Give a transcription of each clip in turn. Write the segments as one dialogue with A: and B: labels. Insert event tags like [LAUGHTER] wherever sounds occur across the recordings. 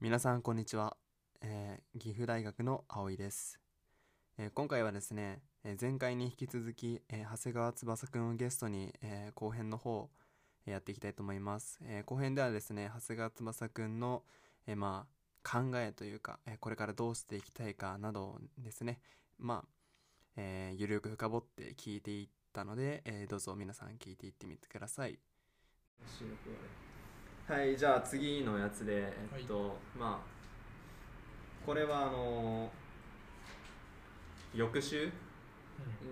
A: 皆さんこんにちは、えー岐阜大学の葵です、えー今回はですね、えー前回に引き続き、えー長谷川翼くんをゲストに、えー後編の方、えーやっていきたいと思います、えー後編ではですね長谷川翼くんの、えーまあ考えというか、えーこれからどうしていきたいかなどをですねまあ、えーゆるく深掘って聞いていったので、えーどうぞ皆さん聞いていってみてくださいはいじゃあ次のやつでえっと、まあこれはあの翌週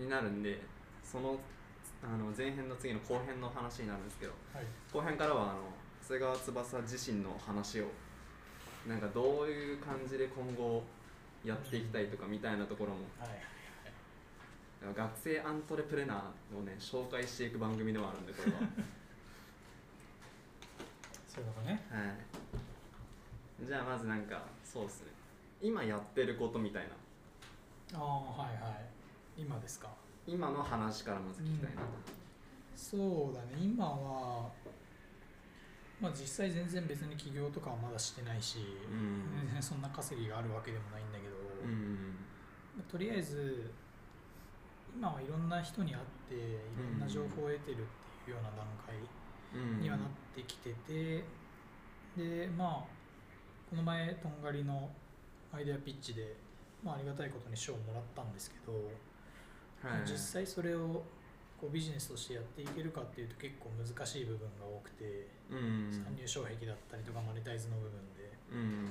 A: になるんでそのあの前編の次の後編の話になるんですけど
B: はい、
A: 後編からはあの長谷川翼自身の話をなんかどういう感じで今後やっていきたいとかみたいなところも
B: はい、
A: 学生アントレプレナーをね紹介していく番組でもあるんでこれは。 [LAUGHS]
B: そういうことね。
A: はい。じゃあまずなんかそうですね。今やってることみたいな
B: ああ、はいはい。今ですか。
A: 今の話からまず聞きたいなと。
B: そうだね、今は、まあ実際全然別に起業とかはまだしてないし、
A: ん
B: 全然そんな稼ぎがあるわけでもないんだけど、
A: うん。
B: まあとりあえず、今はいろんな人に会って、いろんな情報を得てるっていうような段階
A: うん。
B: にはなってきてて、で、まあ、この前、とんがりのアイデアピッチで、まあ、ありがたいことに賞をもらったんですけど、
A: はい。
B: 実際それをこうビジネスとしてやっていけるかっていうと結構難しい部分が多くて、
A: うん。
B: 参入障壁だったりとかマネタイズの部分で
A: うん。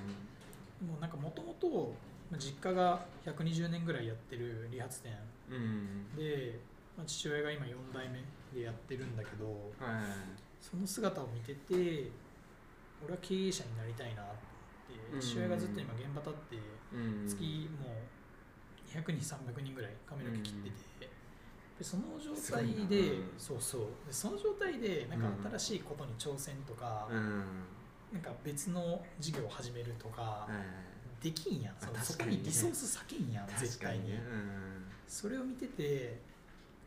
B: もうなんかもともと実家が120年ぐらいやってる理髪店
A: うん。
B: で、まあ、父親が今4代目でやってるんだけど
A: はい。
B: その姿を見てて俺は経営者になりたいなと
A: う
B: 思
A: ん
B: って父親がずっと今現場立って
A: うん。
B: 月もう200人300人ぐらい髪の毛切ってて、でその状態
A: すごいな
B: で、
A: うん
B: そうそうでその状態でなんか
A: うん
B: 新しいことに挑戦とか、
A: うん。
B: なんか別の事業を始めるとか、
A: はい。
B: できんやんその
A: 確かにね
B: そこにリソース避けんやん絶対に
A: ね
B: それを見てて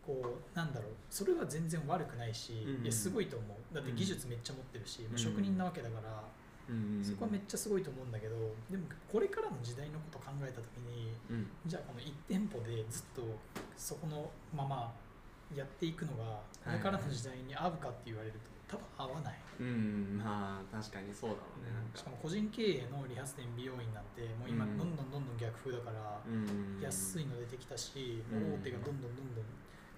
B: こうなんだろうそれは全然悪くないし、
A: うん
B: いやすごいと思うだって技術めっちゃ持ってるし、もう職人なわけだか
A: う
B: ら、
A: ん。うん。
B: そこはめっちゃすごいと思うんだけどでもこれからの時代のこと考えた時に
A: うん。
B: じゃあこの1店舗でずっとそこのままやっていくのがこれからの時代に合うかって言われると多分合わない、
A: うん。まあ確かにそうだろうね。なん
B: し
A: か
B: か。も個人経営の理髪店美容院なんてもう今
A: う
B: ど
A: ん
B: んどんどんどん逆風だから
A: うん。
B: 安い。の出てきたし
A: うん
B: もう大手がどんどんどんどん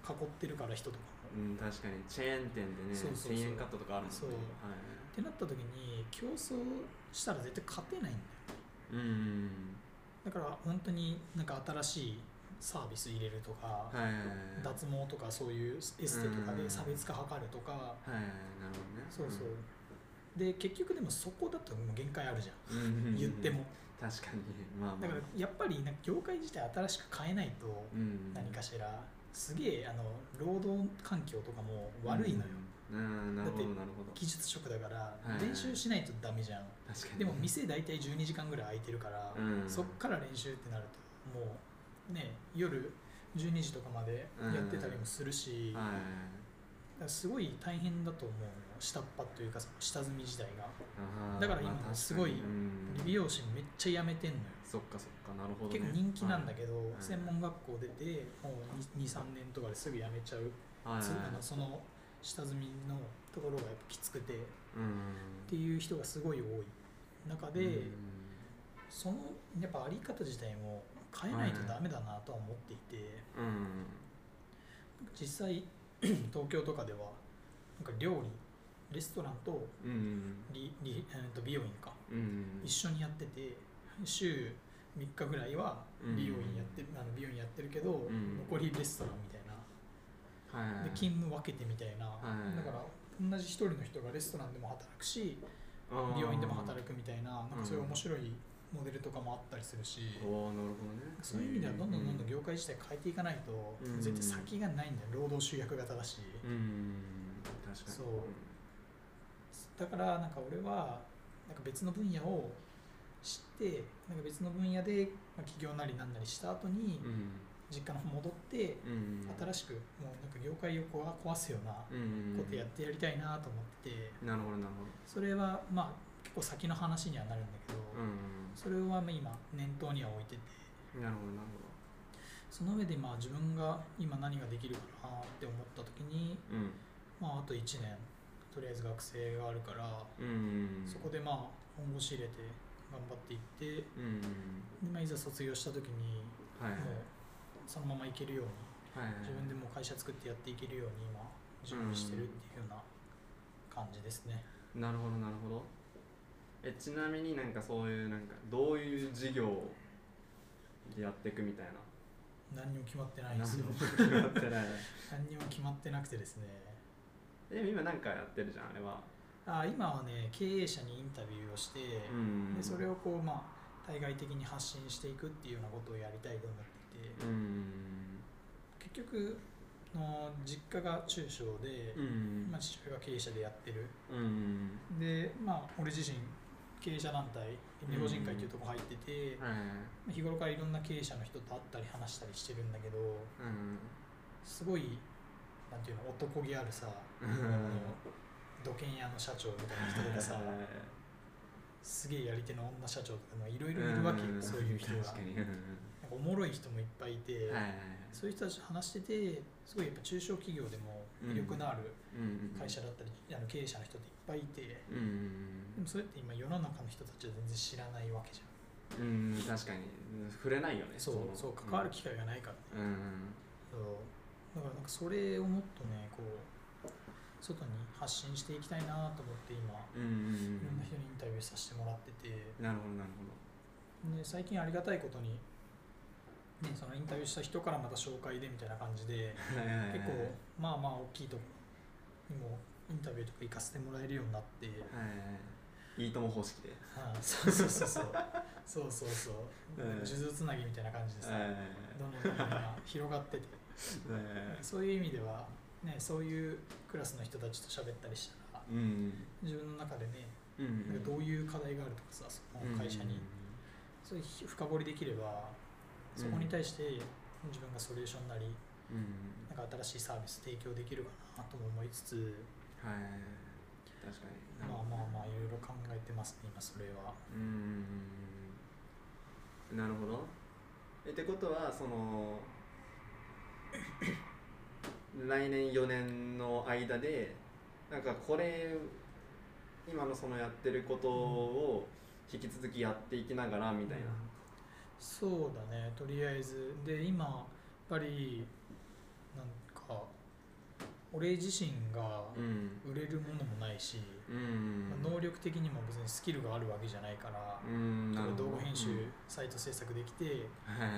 B: 囲ってるから人とかも。
A: うん確かにチェーン店でね
B: そうそうそう
A: 1000円カットとかあるもんね。
B: そう
A: はい。
B: ってなった時に競争したら絶対勝てないんだよ
A: うん。
B: だから本当になんか新しいサービス入れるとか、
A: はい。
B: 脱毛とかそういうエステとかで差別化図るとか、
A: はいはいはいなるほどね
B: そうそう、で結局でもそこだともう限界あるじゃ
A: うんうんうんうんん
B: 言っても
A: 確かにまあま
B: だ
A: あ
B: からやっぱりなんか業界自体新しく変えないと
A: うん
B: 何かしらすげえあの労働環境とかも悪いのよ、
A: うんうんなるほど
B: だっ
A: なるほど
B: 技術職だから
A: はい
B: 練習しないとダメじゃん、
A: 確かに
B: でも店大体12時間ぐらい空いてるから、
A: うん
B: そっから練習ってなるともうね夜12時とかまでやってたりもするし、
A: はい
B: だからすごい大変だと思うの下っ端というかその下積み時代が
A: あー
B: だから今
A: まあ確に
B: すごい
A: うん
B: 美容師めっちゃ辞めてんのよ
A: そっかそっかなるほどね
B: 結構人気なんだけど、
A: い
B: 専門学校出てもう23年とかですぐ辞めちゃう、
A: どはい
B: つあのその下積みのところがやっぱきつくてっ
A: うん
B: ていう人がすごい多い中で、
A: うん
B: そのやっぱあり方自体も変えないとダメだなとは思っていて、
A: うん
B: 実際 [CLEARS THROAT] 東京とかではなんか料理レストランと
A: うん
B: リリえーと美容院か
A: うん
B: 一緒にやってて週3日ぐらいは美容院やってる、あの美容院やってるけど、
A: ん
B: 残りレストランみたいな、
A: はい
B: で勤務分けてみたいな、
A: はい
B: だから同じ一人の人がレストランでも働くし
A: あー
B: 美容院でも働くみたいななんかそういう
A: うん
B: 面白いモデルとかもあったりするし、
A: おーなるほどね
B: そういう意味ではどんどんどんどん業界自体変えていかないと、
A: うん
B: 絶対先がないんだよ労働集約型だし、
A: うん確かに
B: そうだからなんか俺はなんか別の分野を知ってなんか別の分野でまあ起業なりなんなりした後に
A: うん
B: 実家の方戻って
A: うん
B: 新しくもうなんか業界を壊壊すような
A: うん
B: ことやってやりたいなと思ってて
A: なるほどなるほど
B: それはまあ結構先の話にはなるんだけ
A: う
B: ど、それはまあ今念頭には置いてて
A: んなるほどなる
B: その上でまあ自分が今何ができるかなって思った時に、
A: ほどうん
B: まあ、あと1年とりあえず学生があるから、
A: うん
B: そこでまあ本腰入れて頑張っていって
A: うん
B: で、まあ、いざ卒業した時に
A: はい
B: も
A: は
B: うそのままいけるように
A: いはい
B: 自分でもう会社作ってやっていけるように今準備してるっていうような感じですね。
A: なるほどなるほどえちなみになんかそういうなんかどういう事業でやっていくみたいな
B: 何にも決まってないん
A: 何
B: ですよ
A: も決まってない
B: 何にも決まってなくてですね
A: でも今なんかやってるじゃんあれは
B: あ今はね経営者にインタビューをして、
A: うん
B: でそれをこうまあ対外的に発信していくっていうようなことをやりたいと思っていて
A: うん
B: 結局あの実家が中小で、
A: うん
B: まあ、父親が経営者でやってる
A: うん
B: でまあ俺自身経営者団体日本人会っていうとこ入ってて、
A: はいはいはい
B: まあ日頃からいろんな経営者の人と会ったり話したりしてるんだけど
A: うん
B: すごいなんていうの男気あるさ、
A: うん
B: あの土建屋の社長みたいな人とかさ
A: [LAUGHS] はいはいはい
B: すげえやり手の女社長とかいろいろいるわけよ
A: ん
B: そういう人が
A: 確かに
B: なんかおもろい人もいっぱいいて、
A: はいはい
B: そういう人たちと話しててすごいやっぱ中小企業でも魅力のある会社だったり、あの経営者の人っていっぱいいてで
A: うんうん
B: もそれって今世の中の人たちは全然知らないわけじゃ
A: うんうん確かに触れないよね
B: んそう
A: の
B: そう関わる機会がないからね、
A: うんうん
B: そうだからなんかそれをもっとねこう外に発信していきたいなと思って今い
A: うんうんうん
B: ろんな人にインタビューさせてもらってて、
A: なるほどなるほど
B: で最近ありがたいことに、ね、そのインタビューした人からまた紹介でみたいな感じで結
A: 結
B: 構まあまあ大きいとこにもインタビューとか行かせてもらえるようになって、
A: はいいいとも方式で
B: はいそうそうそう
A: [LAUGHS]
B: そうそうそうそう
A: うん
B: 数珠つなぎみたいな感じでさ、
A: はい
B: どんどんどんどん今広がっててそういう意味では、ね、そういうクラスの人たちと喋ったりしたら
A: うん
B: 自分の中でね
A: うんうん
B: なんかどういう課題があるとかさその会社に、そういう深掘りできればそこに対して自分がソリューションなり
A: うん
B: なんか新しいサービス提供できるかなとも思いつつ
A: はい確かに
B: まあまあまあいろいろ考えてますね今それは
A: うんなるほどえってことはその [COUGHS] 来年4年の間でなんかこれ今のそのやってることを引き続きやっていきながらみたいな、
B: そうだねとりあえずで今やっぱりなんか俺自身が
A: うん
B: 売れるものもないし、
A: うん
B: まあ能力的にも別にスキルがあるわけじゃないから、
A: うんな
B: 例え
A: る
B: ば
A: ほど
B: 動画編集、サイト制作できて、
A: はい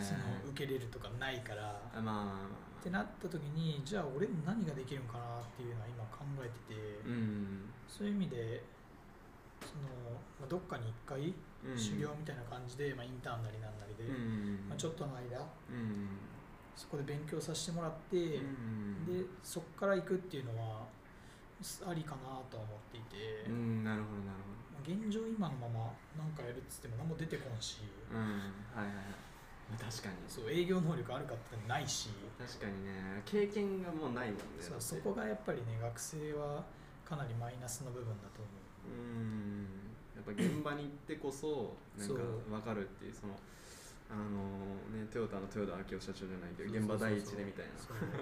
B: その受けれるとかないから、
A: あま
B: っ
A: あ
B: てなった時にじゃあ俺何ができるんかなっていうのは今考えてて、
A: うん
B: そういう意味でその、まあ、どっかに一回
A: うん
B: 修行みたいな感じで、まあ、インターンなりなんなりで、
A: うん
B: まあ、ちょっとの間
A: うん
B: そこで勉強させてもらって、
A: うん
B: でそこから行くっていうのはすありかなとは思っていて、
A: うんなるほどなる
B: まあ現状今のまま何かやるっつっても何も出てこんし、
A: ほどうんはいはいはい確かに
B: そう営業能力あるかってないし、
A: 確かにね経験がもうないもんね
B: そ
A: だっ
B: う
A: て
B: そこがやっぱりね学生はかなりマイナスの部分だと思
A: う
B: う。
A: んやっぱ現場に行ってこそなんか
B: そう
A: 分かるっていうそのあのねトヨタの豊田章夫社長じゃないけど現場第一でみたいな
B: そうそうそ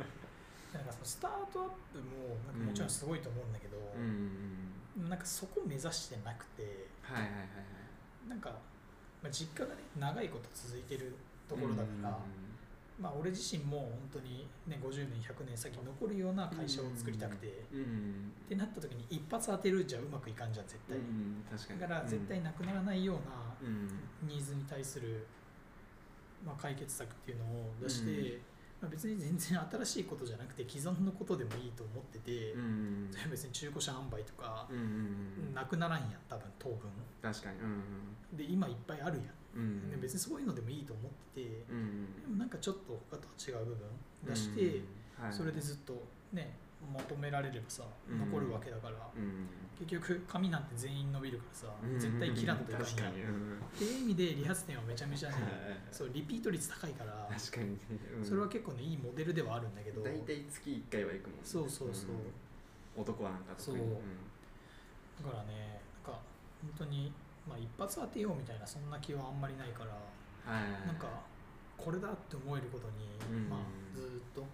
B: うそうなんかそのスタートアップもなんかもちろんすごいと思うんだけど、
A: うん
B: なんかそこ目指してなくて
A: はいはいはいはい
B: なんか、まあ、実家がね長いこと続いてるところだから、まあ、俺自身も本当に、ね、50年100年先残るような会社を作りたくて、っ
A: うんうん
B: てなった時に一発当てるじゃうまくいかんじゃん絶
A: う
B: 対に、
A: ん確かに
B: だから絶対なくならないような
A: うん
B: ニーズに対する、まあ、解決策っていうのを出して、
A: うん
B: まあ、別に全然新しいことじゃなくて既存のことでもいいと思ってて、
A: うん
B: [LAUGHS] それは別に中古車販売とか
A: うんうん
B: なくならんやん多分当分
A: 確かにう
B: で今いっぱいあるやん、
A: んうんうん
B: で別にそういうのでもいいと思ってて
A: うんうん
B: でもなんかちょっと他とは違う部分出して、
A: うんはい
B: それでずっとね求められればさ
A: うん
B: 残るわけだから、
A: うん
B: 結局髪なんて全員伸びるからさ、
A: うん
B: 絶対切らんといかん
A: 確か
B: やんっ
A: にうん
B: ていう意味で理髪店はめちゃめちゃね
A: はい
B: そうリピート率高いから
A: 確かにねうん
B: それは結構ねいいモデルではあるんだけど
A: 大体月1回は行くもんね
B: そうそうそう
A: うん男はなんか特に
B: そうんだからねなんか本当に、まあ、一発当てようみたいなそんな気はあんまりないから
A: はい
B: なんかこれだって思えることに、
A: うん
B: まあ、ずーっと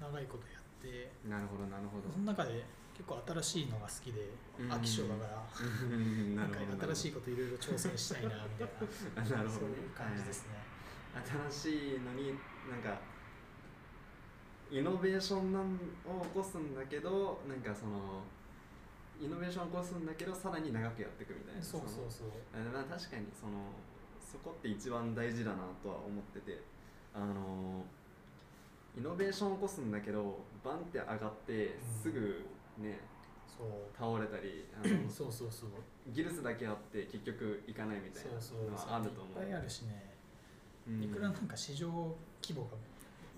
B: 長いことやって
A: なるほどなるほど
B: その中で結構新しいのが好きで
A: うん
B: 飽き性だから。
A: うん
B: [LAUGHS] な
A: [LAUGHS] なんる
B: か
A: ほど
B: 新しいこといろいろ挑戦したいなみたい
A: あ
B: な
A: [LAUGHS] なるほ
B: そ
A: ど
B: う
A: ね
B: いう感じですね、
A: はい新しいのになんかイノベーションなんを起こすんだけどなんかそのイノベーションを起こすんだけどさらに長くやっていくみたいな
B: そうそうそう
A: あまあ確かにそのそこって一番大事だなとは思っててあのイノベーションを起こすんだけどバンって上がってすぐね、
B: そう
A: 倒れたり
B: [LAUGHS]
A: あの
B: そうそうそう
A: ギルスだけあって結局いかないみたい
B: そうそう
A: なのはあると思う
B: いっぱいあるしね、
A: うん
B: いくらなんか市場規模が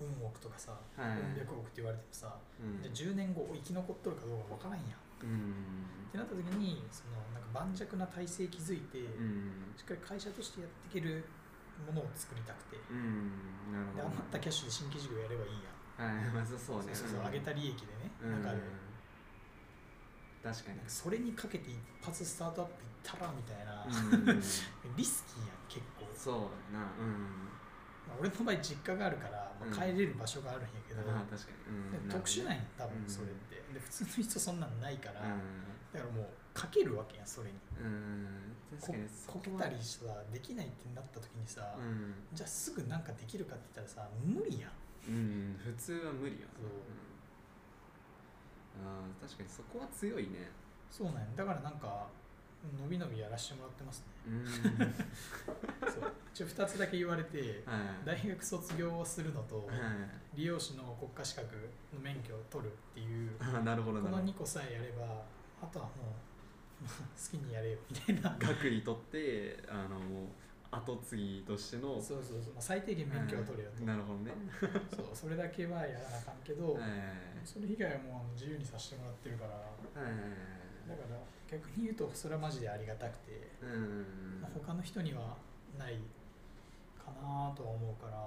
B: 運億とかさ、
A: はい
B: うん百億って言われてもさ、
A: うん
B: じゃあ10年後生き残っとるかどうかわからんやんっ
A: うん
B: てなった時にそのなんか盤石な体制築いて、
A: うん
B: しっかり会社としてやっていけるものを作りたくて、
A: うんなるほ
B: で
A: ど
B: 余ったキャッシュで新規事業やればいいやん
A: はいまずそうね
B: そうそう上げた利益でね、
A: うん
B: なんか
A: 確かに
B: なんかそれにかけて一発スタートアップいったらみたいな、
A: うん
B: リスキーやん結構、
A: そうだなうん
B: まあ、俺の場合実家があるから、ま
A: うん
B: あ、帰れる場所があるんやけど、
A: あ確かにうん
B: でも
A: なるほどね
B: 特殊なんや多
A: うん
B: 分それって、で普通の人そんなんないから、
A: う
B: だからもうかけるわけやんそれに
A: んうん確か
B: こ
A: にそ
B: こけ
A: は
B: たりさできないってなった時にさ、
A: うん
B: じゃあすぐなんかできるかって言ったらさ無理や
A: うん
B: ん
A: 普通は無理よ
B: そう
A: うんあー確かにそこは強いね
B: そうなんやだからなんかのびのびやらしてもらってますね
A: うん
B: そう一応2つだけ言われて
A: はい
B: 大学卒業をするのと、
A: はい
B: 理容師の国家資格の免許を取るっていう
A: あーなるほど
B: こ
A: なる
B: の
A: ほ
B: 2
A: ど
B: 個さえやればあとはもう [LAUGHS] 好きにやれよみたいな
A: 学位取ってあのもう後継ぎとしての
B: そうそう [LAUGHS] そうまあ最低限免許を取れよ
A: うんなるほどね
B: とそうそれだけはやらなあかんけど
A: はい
B: それ以外はもう自由にさせてもらってるからだ
A: はい
B: から逆に言うとそれはマジでありがたくて
A: うん
B: まあ他の人にはないかなとは思うから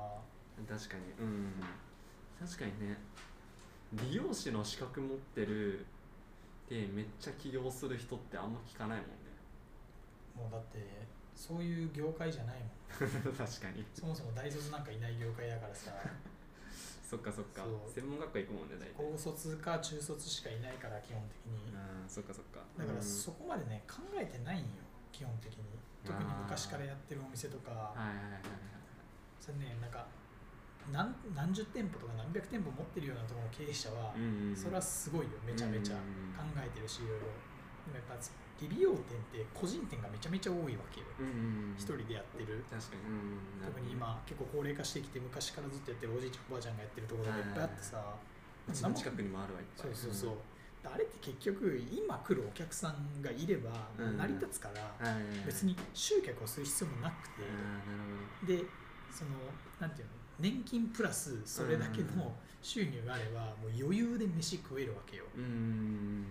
A: 確かにうん確かにね美容師の資格持ってるでめっちゃ起業する人ってあんま聞かないもんね [LAUGHS]
B: もうだってそういう業界じゃないもん
A: 確かに
B: そもそも大卒なんかいない業界
A: [LAUGHS]
B: だからさ
A: そっかそっか
B: そう
A: 専門学校行くもんね大体
B: 高卒か中卒しかいないから基本的に
A: うんそっかそっか
B: だから
A: そ
B: そこまでね考えてないんよ基本的に特に昔からやってるお店とか
A: はいはいはいはい
B: それねなんか何何十店舗とか何百店舗持ってるようなところの経営者は
A: うんうん
B: それはすごいよめちゃめちゃ
A: うん
B: 考えてるしいろいろでもやっぱ理美容店って個人店がめちゃめちゃ多いわけよ
A: うんうん
B: 一人でやってる
A: 確かにうんうんなるほ
B: 特
A: ど
B: に今結構高齢化してきて昔からずっとやってるおじいちゃんおばあちゃんがやってるところがいっぱいあってさ
A: うちの近くにもあるわいっぱ
B: そ
A: いう
B: そうそう、であれって結局今来るお客さんがいれば
A: うん
B: 成り立つから、
A: んはいはいはい
B: 別に集客をする必要もなく
A: あー、な
B: て
A: る
B: でそのなんていうの年金プラスそれだけ
A: うん
B: の収入があればもう余裕で飯食えるわけよ
A: ほどうん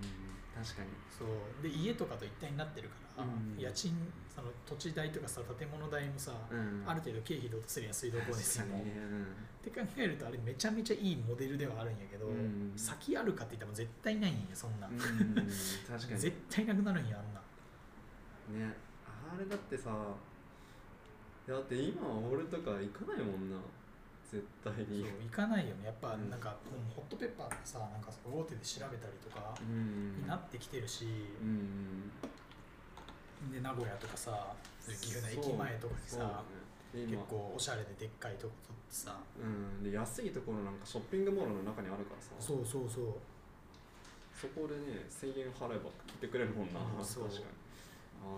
A: 確かに
B: そうで家とかと一体になってるから、
A: うん
B: 家賃その土地代とかさ建物代もさ、
A: うん
B: ある程度経費で落とせるやん水道光熱
A: 確か
B: 費
A: に
B: も、
A: ねうん
B: って考えるとあれめちゃめちゃいいモデルではあるんやけど、
A: うん
B: 先あるかって言ったらもう絶対ないんやそんな、
A: うん確かに
B: 絶対なくなるんやあんな
A: ねあれだってさだって今は俺とか行かないもんな絶対
B: そう
A: に
B: 行かないよねやっぱ
A: うん
B: なんか、もうホットペッパーとかさなんかその大手で調べたりとか
A: うん
B: になってきてるし、
A: うん
B: で名古屋とかさ岐阜の
A: そ
B: 駅
A: う
B: 前とかに
A: そうだね
B: さ、
A: で
B: 結
A: 今
B: 構おしゃれででっかいとこ取ってさ
A: うんで安いところなんかショッピングモールの中にあるからさ
B: そうそうそう
A: そこでね1000円払えば来てくれるもんな
B: うん
A: 確
B: そ
A: か
B: う
A: に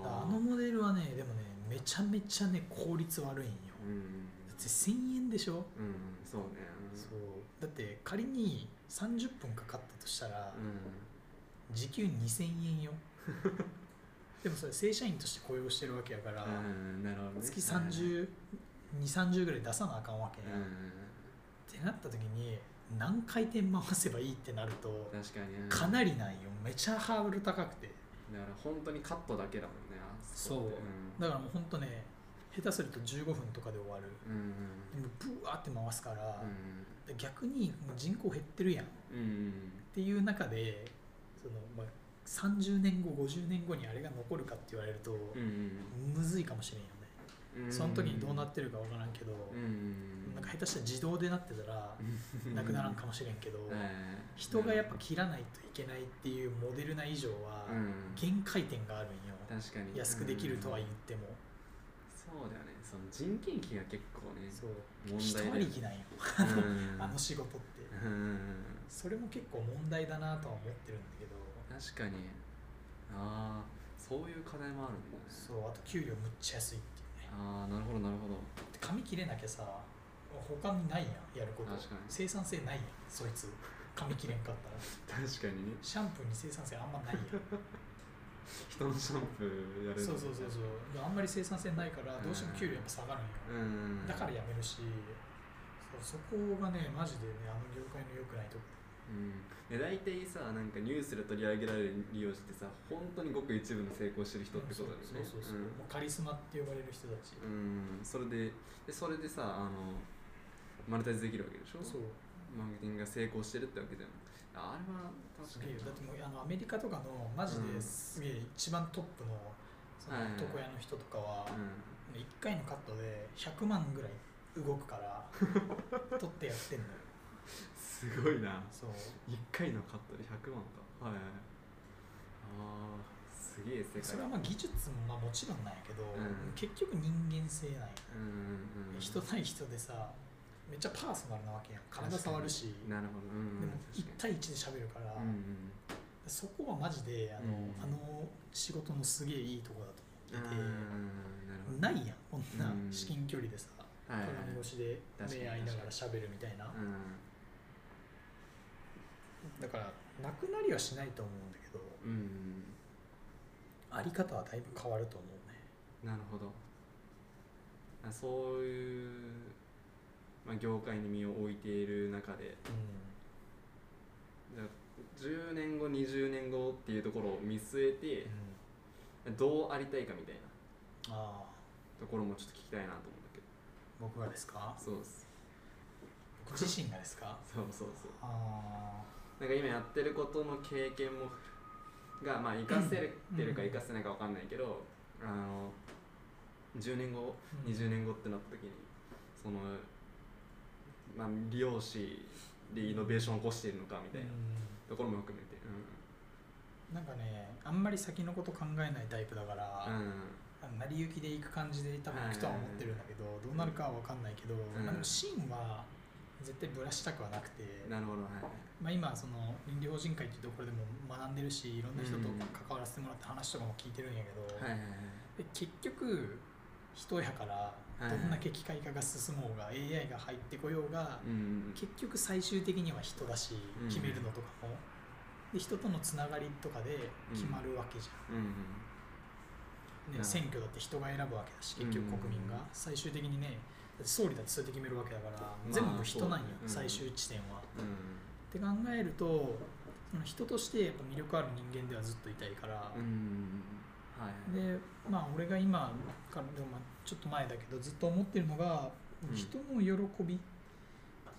B: あ
A: あー
B: のモデルはねでもねめちゃめちゃね効率悪いんよ
A: うん
B: だって1000円でしょ、
A: うんそうねうん
B: そうだって仮に30分かかったとしたら、
A: う
B: 時給2000円よ [LAUGHS] でもそれ正社員として雇用してるわけやから、
A: んうんなるほどね
B: 月30 2 3 0ぐらい出さなあかんわけ
A: う
B: や、っ
A: ん
B: てなった時に何回転回せばいいってなると
A: 確かにうん
B: かなりなんよめちゃハードル高くて
A: だから本当にカットだけだもんねあこって
B: だからもうほんとね下手すると15分とかで終わる
A: うんうん
B: でもブワーって回すから、
A: う
B: で逆にもう人口減ってるやんっ
A: んうん
B: ていう中でその、まあ、 30年後50年後にあれが残るかって言われると、
A: うん
B: むずいかもしれんよねその時にどうなってるかわからんけど、
A: うん
B: なんか下手したら自動でなってたらなくならんかもしれんけど、
A: えー
B: 人がやっぱ切らないといけないっていうモデルな以上は、
A: うん
B: 限界点があるんよ
A: 確かに
B: 安くできるとは言っ
A: うん
B: ても、
A: そうだよねその人件費が結構ね
B: そう
A: 問
B: 一
A: 題だよ
B: 人きなんよ
A: うん
B: [LAUGHS] あの仕事って
A: うん
B: それも結構問題だなとは思ってるんだけど
A: 確かにああそういう課題もあるんだね
B: そうあと給料むっちゃ安いっていうね
A: ああなるほどなるほど
B: で髪切れなきゃさ他にないやんやること
A: 確かに
B: 生産性ないやんそいつ髪切れんかったら
A: 確かにね
B: シャンプーに生産性あんまない
A: [LAUGHS]
B: やん
A: 人のシャンプーやれる
B: そうそうそうそうであんまり生産性ないからどうしても給料やっぱ下がるんよ、
A: うん
B: だからやめるしそうそこがねマジでねあの業界の良くないとこ
A: うん、で大体さなんかニュースで取り上げられる利用ってさ本当にごく一部の成功してる人ってことだよね
B: そうそうそうそう、もうカリスマって呼ばれる人たち、
A: うん、うんそれででそれでさあのマネタイズできるわけでしょ
B: そう
A: マーケティングが成功してるってわけじゃんあれは
B: す
A: 確かに
B: げえよだってもうあのアメリカとかのマジ
A: う
B: で
A: ん
B: すげえ一番トップのその
A: はいはいはい
B: 床屋の人とかは
A: うん、
B: 1回のカットで100万ぐらい動くから
A: [LAUGHS]
B: 取ってやってんのよ
A: すごいな
B: そう
A: 1回のカットで100万かはいはいああすげえ世界
B: それはまあ技術もまあもちろんなんやけど、
A: うん
B: 結局人間性なんよ
A: うんうんうん
B: 人対人でさめっちゃパーソナルなわけやん体触るし
A: なるほどうん
B: でも
A: 確
B: 1
A: かに
B: 対1で喋るから、
A: うんうん
B: そこはマジであの,、
A: うん
B: あの仕事のすげえいいとこだ
A: あ
B: と
A: ー
B: 思
A: なるほ
B: ってて
A: ど
B: ないやんこんな
A: うん
B: 至近距離でさ
A: はいはい
B: 鏡越しで
A: 確かに
B: 目合いながら喋るみたいな
A: う
B: だからなくなりはしないと思うんだけど
A: ん、うん、
B: あり方はだいぶ変わると思うね
A: なるほどあそういう、まあ、業界に身を置いている中で
B: う
A: じゃあ10年後20年後っていうところを見据えて
B: ん、うん、
A: どうありたいかみたいな
B: ああ
A: ところもちょっと聞きたいなと思うんだけど
B: 僕がですか
A: そうです
B: 僕自身がですか
A: そうそうそう
B: あ
A: なんか今やってることの経験もがまあ生かせてるか
B: うん
A: 生かせないかわかんないけど、あの10年後
B: うん
A: 20年後ってなった時にその、まあ、利用しでイノベーションを起こしているのかみ
B: あ、
A: た
B: う、
A: いなんところも含めて
B: なんかねあんまり先のこと考えないタイプだから、
A: うん、うん
B: 成り行きで行く感じで多分行くとは思ってるんだけど、どうなるかは分かんないけど、
A: ん
B: まあでも芯は絶対ぶらしたくはなくて、
A: なるほどはい
B: まあ、今その倫理法人会っていうところでも学んでるしいろんな人と
A: うん
B: 関わらせてもらって話とかも聞いてるんやけど、
A: はいはいはい
B: で結局人やか
A: は
B: ら
A: い
B: どんだけ機械化が進もうが、AI が入ってこようが、
A: うん
B: 結局最終的には人だし
A: うん
B: 決めるのとかも、で人とのつながりとかで決まるわけじゃん
A: うんう、
B: ね
A: ん
B: 選挙だって人が選ぶわけだし結局国民
A: うん
B: が最終的にねだって総理だってそれで決めるわけだから
A: あ
B: 全部人なんよ、
A: そうだね
B: 最終地点は。
A: うん
B: って考えるとその人としてやっぱ魅力ある人間ではずっといたいから、
A: うんうんはいはい
B: でまあ俺が今からでもまあちょっと前だけどずっと思ってるのが
A: うん
B: 人の喜び、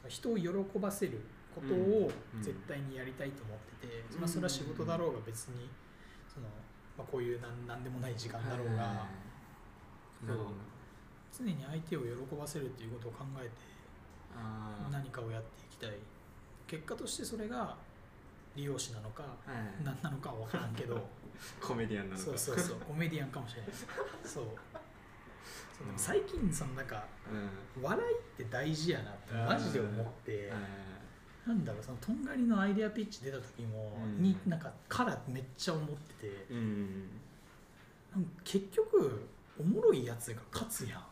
B: 人を喜ばせることを
A: うん
B: 絶対にやりたいと思ってて、
A: うん
B: まあ、それは仕事だろうが別にその、まあ、こういうなんなんでもない時間だろう
A: は
B: が。
A: いはいはいなるほど
B: 常に相手を喜ばせるっていうことを考えて
A: あー
B: 何かをやっていきたい結果としてそれが利用師なのか
A: はいはい
B: 何なのかは分から
A: [LAUGHS]
B: んけど
A: コメディアンなのか
B: そうそうそうコメディアンかもしれないそうそうでも最近そのなんか
A: うん
B: 笑いって大事やなってマジで思って
A: はいはい
B: なんだろうそのとんがりのアイデアピッチ出た時も
A: うん
B: になんかからめっちゃ思ってて
A: うん
B: なんか結局おもろいやつが勝つやん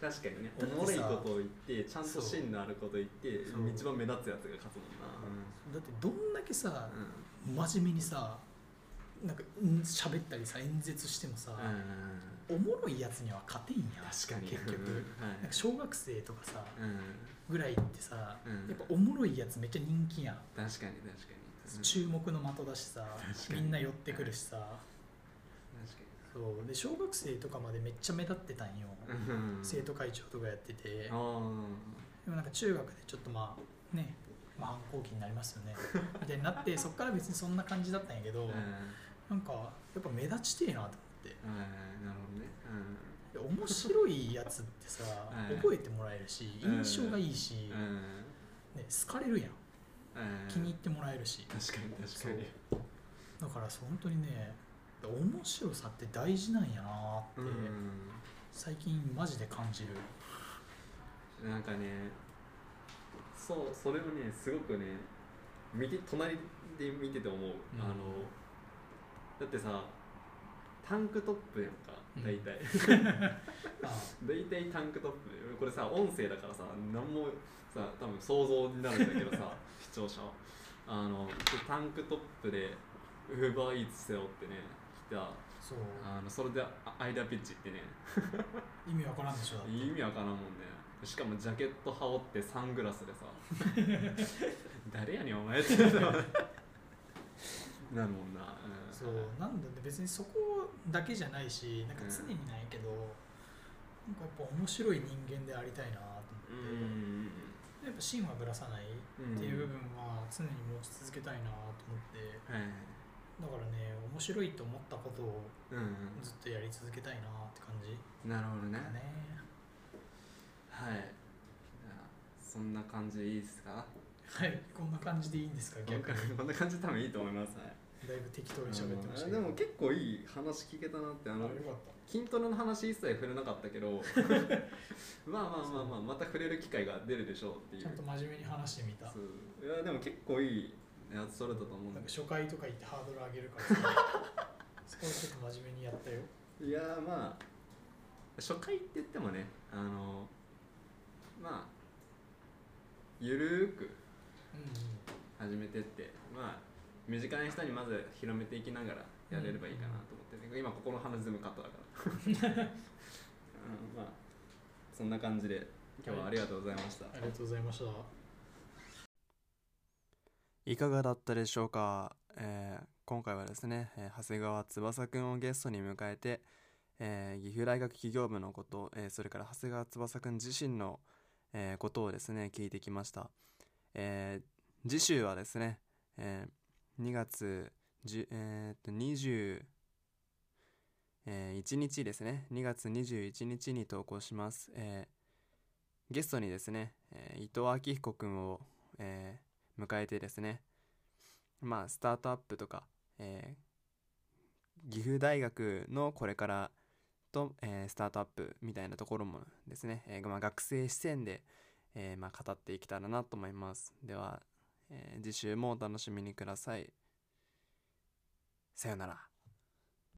A: 確かにね
B: だ
A: お
B: ってさ
A: もろいことを言ってちゃんと芯のあることを言って
B: そう
A: 一番目立つやつが勝つもんな
B: だってどんだけさ
A: うん
B: 真面目にさなんかうん喋ったりさ演説してもさ、
A: うん
B: おもろいやつには勝てんやん
A: 確かに
B: 結局
A: うんはい
B: なんか小学生とかさ
A: うん
B: ぐらいってさ、
A: うん
B: やっぱおもろいやつめっちゃ人気やん、
A: 確かに確かにうん
B: 注目の的だしさ
A: 確か
B: み
A: に
B: んな寄ってくるしさ
A: 確か
B: そうで小学生とかまでめっちゃ目立ってたんよ、
A: にうん
B: 生徒会長とかやってて、
A: あ
B: でもなんか中学でちょっとまあねまあ、反抗期になりますよ
A: [LAUGHS]
B: ねみたいになってそっから別にそんな感じだったんやけど、
A: うんうん
B: なんかやっぱ目立ちてえなと思って
A: なるほどね
B: で面白いやつってさ
A: うん
B: 覚えてもらえるし
A: うん
B: 印象がいいし、
A: うん
B: ね、好かれるやん
A: うん
B: 気に入ってもらえるし
A: 確かに確かに
B: だからそう本当にね面白さって大事なんやなって、
A: うん
B: 最近マジで感じる
A: なんかねそうそれをねすごくね見て隣で見てて思う、
B: ん
A: あのだってさタンクトップやんか
B: うん
A: 大体、
B: あ
A: 大体タンクトップこれさ音声だからさ何もさ多分想像になるんだけど
B: [LAUGHS]
A: さ視聴者はあのタンクトップでウーバーイーツ背負ってね来た
B: そう
A: あのそれであアイダピッチってね
B: 意味わからんでしょだって
A: 意味わからんもんねしかもジャケット羽織ってサングラスで
B: [LAUGHS]
A: さ誰やねんお前ってなるもんな、うん、
B: そうなんだって別にそこだけじゃないしなんか常にないけど、なんかやっぱ面白い人間でありたいなと
A: う
B: 思って、
A: ん
B: やっぱ芯はぶらさないっていう部分は常に持ち続けたいなと思って
A: はい
B: だからね面白いと思ったことを
A: うん
B: ずっとやり続けたいなって感じ
A: なるほどね
B: だね
A: はいじゃあそんな感じでいいですか
B: はいこんな感じでいいんですか
A: こんな
B: 逆
A: 感
B: に
A: じこんな感じで多分いいと思います、はい
B: だいぶ適当に喋ってました
A: あ
B: け
A: で
B: ど
A: も結構いい話聞けたなってあ
B: あ
A: の
B: よかっ
A: 筋トレの話一切触れなかったけ
B: [LAUGHS]
A: どまあまあまあまあまた触れる機会が出るでしょうって
B: た
A: い
B: ちゃん
A: う
B: と真面目に話してみた
A: そういやでも結構いいやつそれだと思うん
B: なん
A: だ
B: か初回とか行ってハードル上げるからさ
A: [LAUGHS]
B: そこはちょっと真面目にやったよ
A: けどいやーまあ初回って言ってもねあのまあゆるーく
B: う
A: 始めてってまあ身近な人にまず広めていきながらやれればいいかなと思ってね、今ここの話全部カットだから [LAUGHS] うんまあそんな感じで今日はありがとうございました、
B: ん、ありがとうございました
A: いかがだったでしょうか、えー今回はですね、えー長谷川翼くんをゲストに迎えて、えー岐阜大学企業部のこと、えーそれから長谷川翼くん自身の、えーことをですね聞いてきました、えー次週はですね、えー2月10、えーっと20えー1日ですね2月21日に投稿します、えーゲストにですね、えー伊藤昭彦くんを、えー迎えてですねまあスタートアップとか、えー岐阜大学のこれからと、えースタートアップみたいなところもですね、えーまあ、学生視点で、えーまあ、語っていけたらなと思いますでは、えー次週もお楽しみにくださいさよなら